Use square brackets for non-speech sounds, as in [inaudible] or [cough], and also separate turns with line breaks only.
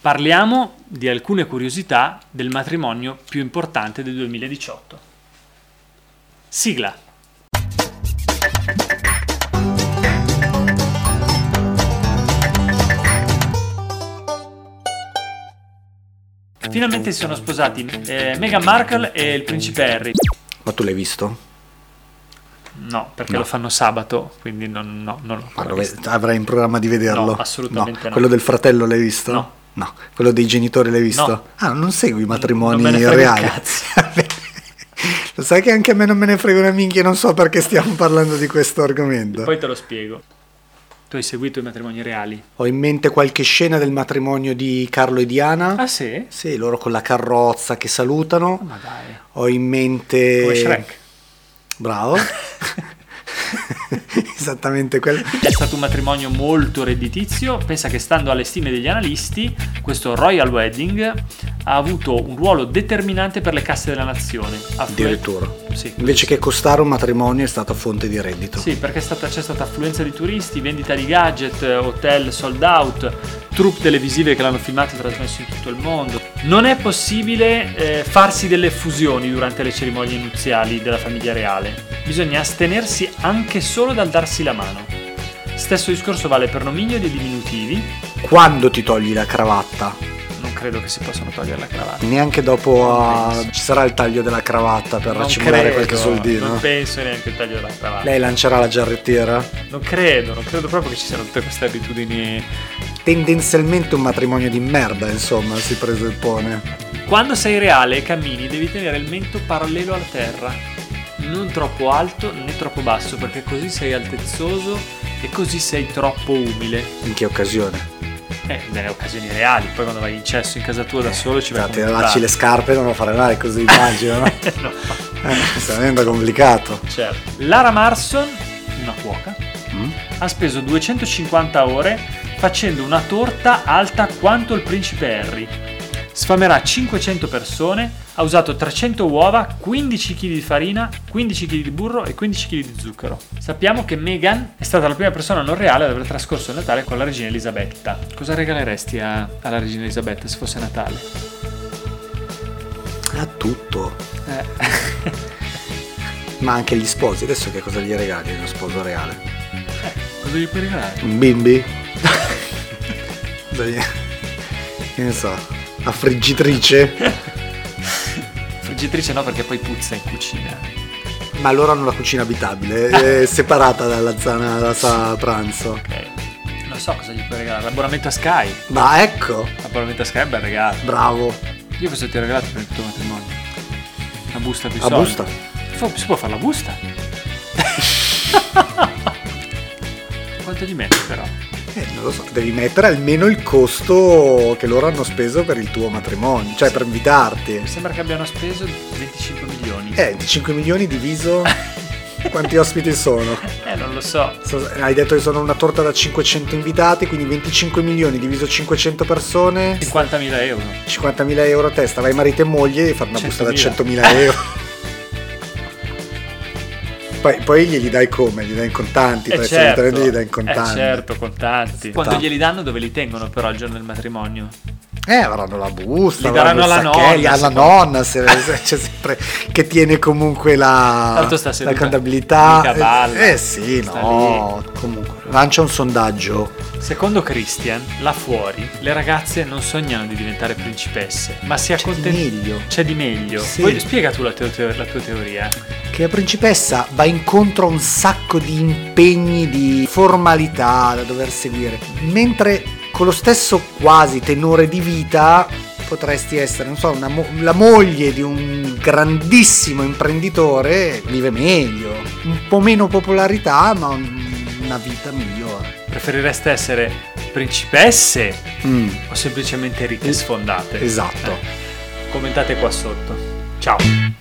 Parliamo di alcune curiosità del matrimonio più importante del 2018. Sigla. Finalmente si sono sposati eh, Meghan Markle e il principe Harry.
Ma tu l'hai visto?
No, perché
No.
lo fanno sabato, quindi non, no, non
Ma
l'ho
lo
visto.
ved- avrai in programma di vederlo?
No, assolutamente no.
Quello del fratello l'hai visto?
No.
No. Quello dei genitori l'hai visto?
No.
Ah, non segui i matrimoni
Non me ne frega un
reali. [laughs]
cazzo.
Lo sai che anche a me non me ne frega una minchia, non so perché stiamo parlando di questo argomento.
Poi te lo spiego. Tu hai seguito i matrimoni reali?
Ho in mente qualche scena del matrimonio di Carlo e Diana.
Ah sì?
Sì, loro con la carrozza che salutano.
Ma dai.
Ho in mente...
Come Shrek. [laughs]
Bravo. [laughs] Esattamente quello.
È stato un matrimonio molto redditizio, pensa che stando alle stime degli analisti, questo Royal Wedding ha avuto un ruolo determinante per le casse della nazione. Afflu-
Addirittura.
Sì.
Invece che costare un matrimonio è stata fonte di reddito.
Sì, perché è stata- c'è stata affluenza di turisti, vendita di gadget, eh, hotel sold out, troupe televisive che l'hanno filmato e trasmesso in tutto il mondo. Non è possibile eh, farsi delle fusioni durante le cerimonie nuziali della famiglia reale. Bisogna astenersi anche solo dal darsi la mano. Stesso discorso vale per nomignoli e diminutivi.
Quando ti togli la cravatta?
Non credo che si possano togliere la cravatta.
Neanche dopo
Non
a-
penso.
ci sarà il taglio della cravatta per
Non
racimolare
credo,
qualche soldino.
Non penso neanche al taglio della cravatta.
Lei lancerà la giarrettiera.
Non credo, non credo proprio che ci siano tutte queste abitudini
Tendenzialmente un matrimonio di merda, insomma, si presuppone.
Quando sei reale e cammini devi tenere il mento parallelo alla terra, non troppo alto né troppo basso perché così sei altezzoso e così sei troppo umile.
In che occasione?
Eh, nelle occasioni reali, poi quando vai in cesso in casa tua da solo ci vai
Cioè,
con
tirarci le scarpe non lo farà mai così,
[laughs]
immagino. no?
le No,
Eh, sta venendo complicato.
certo. Lara Marson, una cuoca,
Mm?
ha speso 250 ore facendo una torta alta quanto il principe Harry. Sfamerà 500 persone, ha usato 300 uova, 15 kg di farina, 15 kg di burro e 15 kg di zucchero. Sappiamo che Meghan è stata la prima persona non reale ad aver trascorso il Natale con la regina Elisabetta. Cosa regaleresti a- alla regina Elisabetta se fosse Natale?
Ha tutto.
[laughs] Eh,
Ma anche gli sposi. Adesso che cosa gli regali uno sposo reale?
cosa gli puoi regalare?
Un bimbi? [laughs] Dai. Che ne so. La friggitrice?
Friggitrice no perché poi puzza in cucina.
Ma loro hanno la cucina abitabile, è separata dalla zona dalla sala pranzo.
Eh. Ok. Non so cosa gli puoi regalare. L'abbonamento a Sky.
Ma ecco,
L'abbonamento a Sky è un bel regalo.
bravo,
Io cosa ti ho regalato per il tuo matrimonio? Una busta di
la
soldi.
busta.
Fo- Si può fare la busta? [laughs] Quanto gli metti però?
Eh, non lo so, devi mettere almeno il costo che loro hanno speso per il tuo matrimonio, cioè per
Mi
invitarti.
sembra che abbiano speso 25 milioni.
Eh, 5 milioni diviso... Quanti ospiti sono?
Eh, non lo so.
So- Hai detto che sono una torta da 500 invitati, quindi 25 milioni diviso 500 persone,
50.000 euro.
50.000 euro a testa. Vai marito e moglie e fare una busta da
100.000.
100.000 euro. Poi, poi glieli dai come? Gli dai in contanti,
Eh,
perché
certo.
solitamente gli dai in
Eh,
contanti.
certo, contanti. Quando
Contanti.
glieli danno dove li tengono però il giorno del matrimonio?
Eh, avranno la busta,
Li daranno
avranno il
alla
sacchetto,
nonna,
alla
secondo-
nonna, se, se- c'è sempre, che tiene comunque la,
Tanto sta
la
seduta, mica
contabilità.
balla,
Eh, eh sì,
sta
no, comunque. Lancia un sondaggio.
Secondo Christian, là fuori le ragazze non sognano di diventare principesse, ma si
C'è Cioè, di
accontentano.
meglio.
C'è di meglio.
Sì.
Poi spiega tu la, teo- teo- la tua teoria.
che la principessa va incontro a un sacco di impegni, di formalità da dover seguire, mentre con lo stesso quasi tenore di vita potresti essere, non so, una mo- la moglie di un grandissimo imprenditore, vive meglio, un po' meno popolarità, ma un- una vita migliore.
Preferireste essere principesse o semplicemente ricche e sfondate?
esatto.
Commentate qua sotto. Ciao.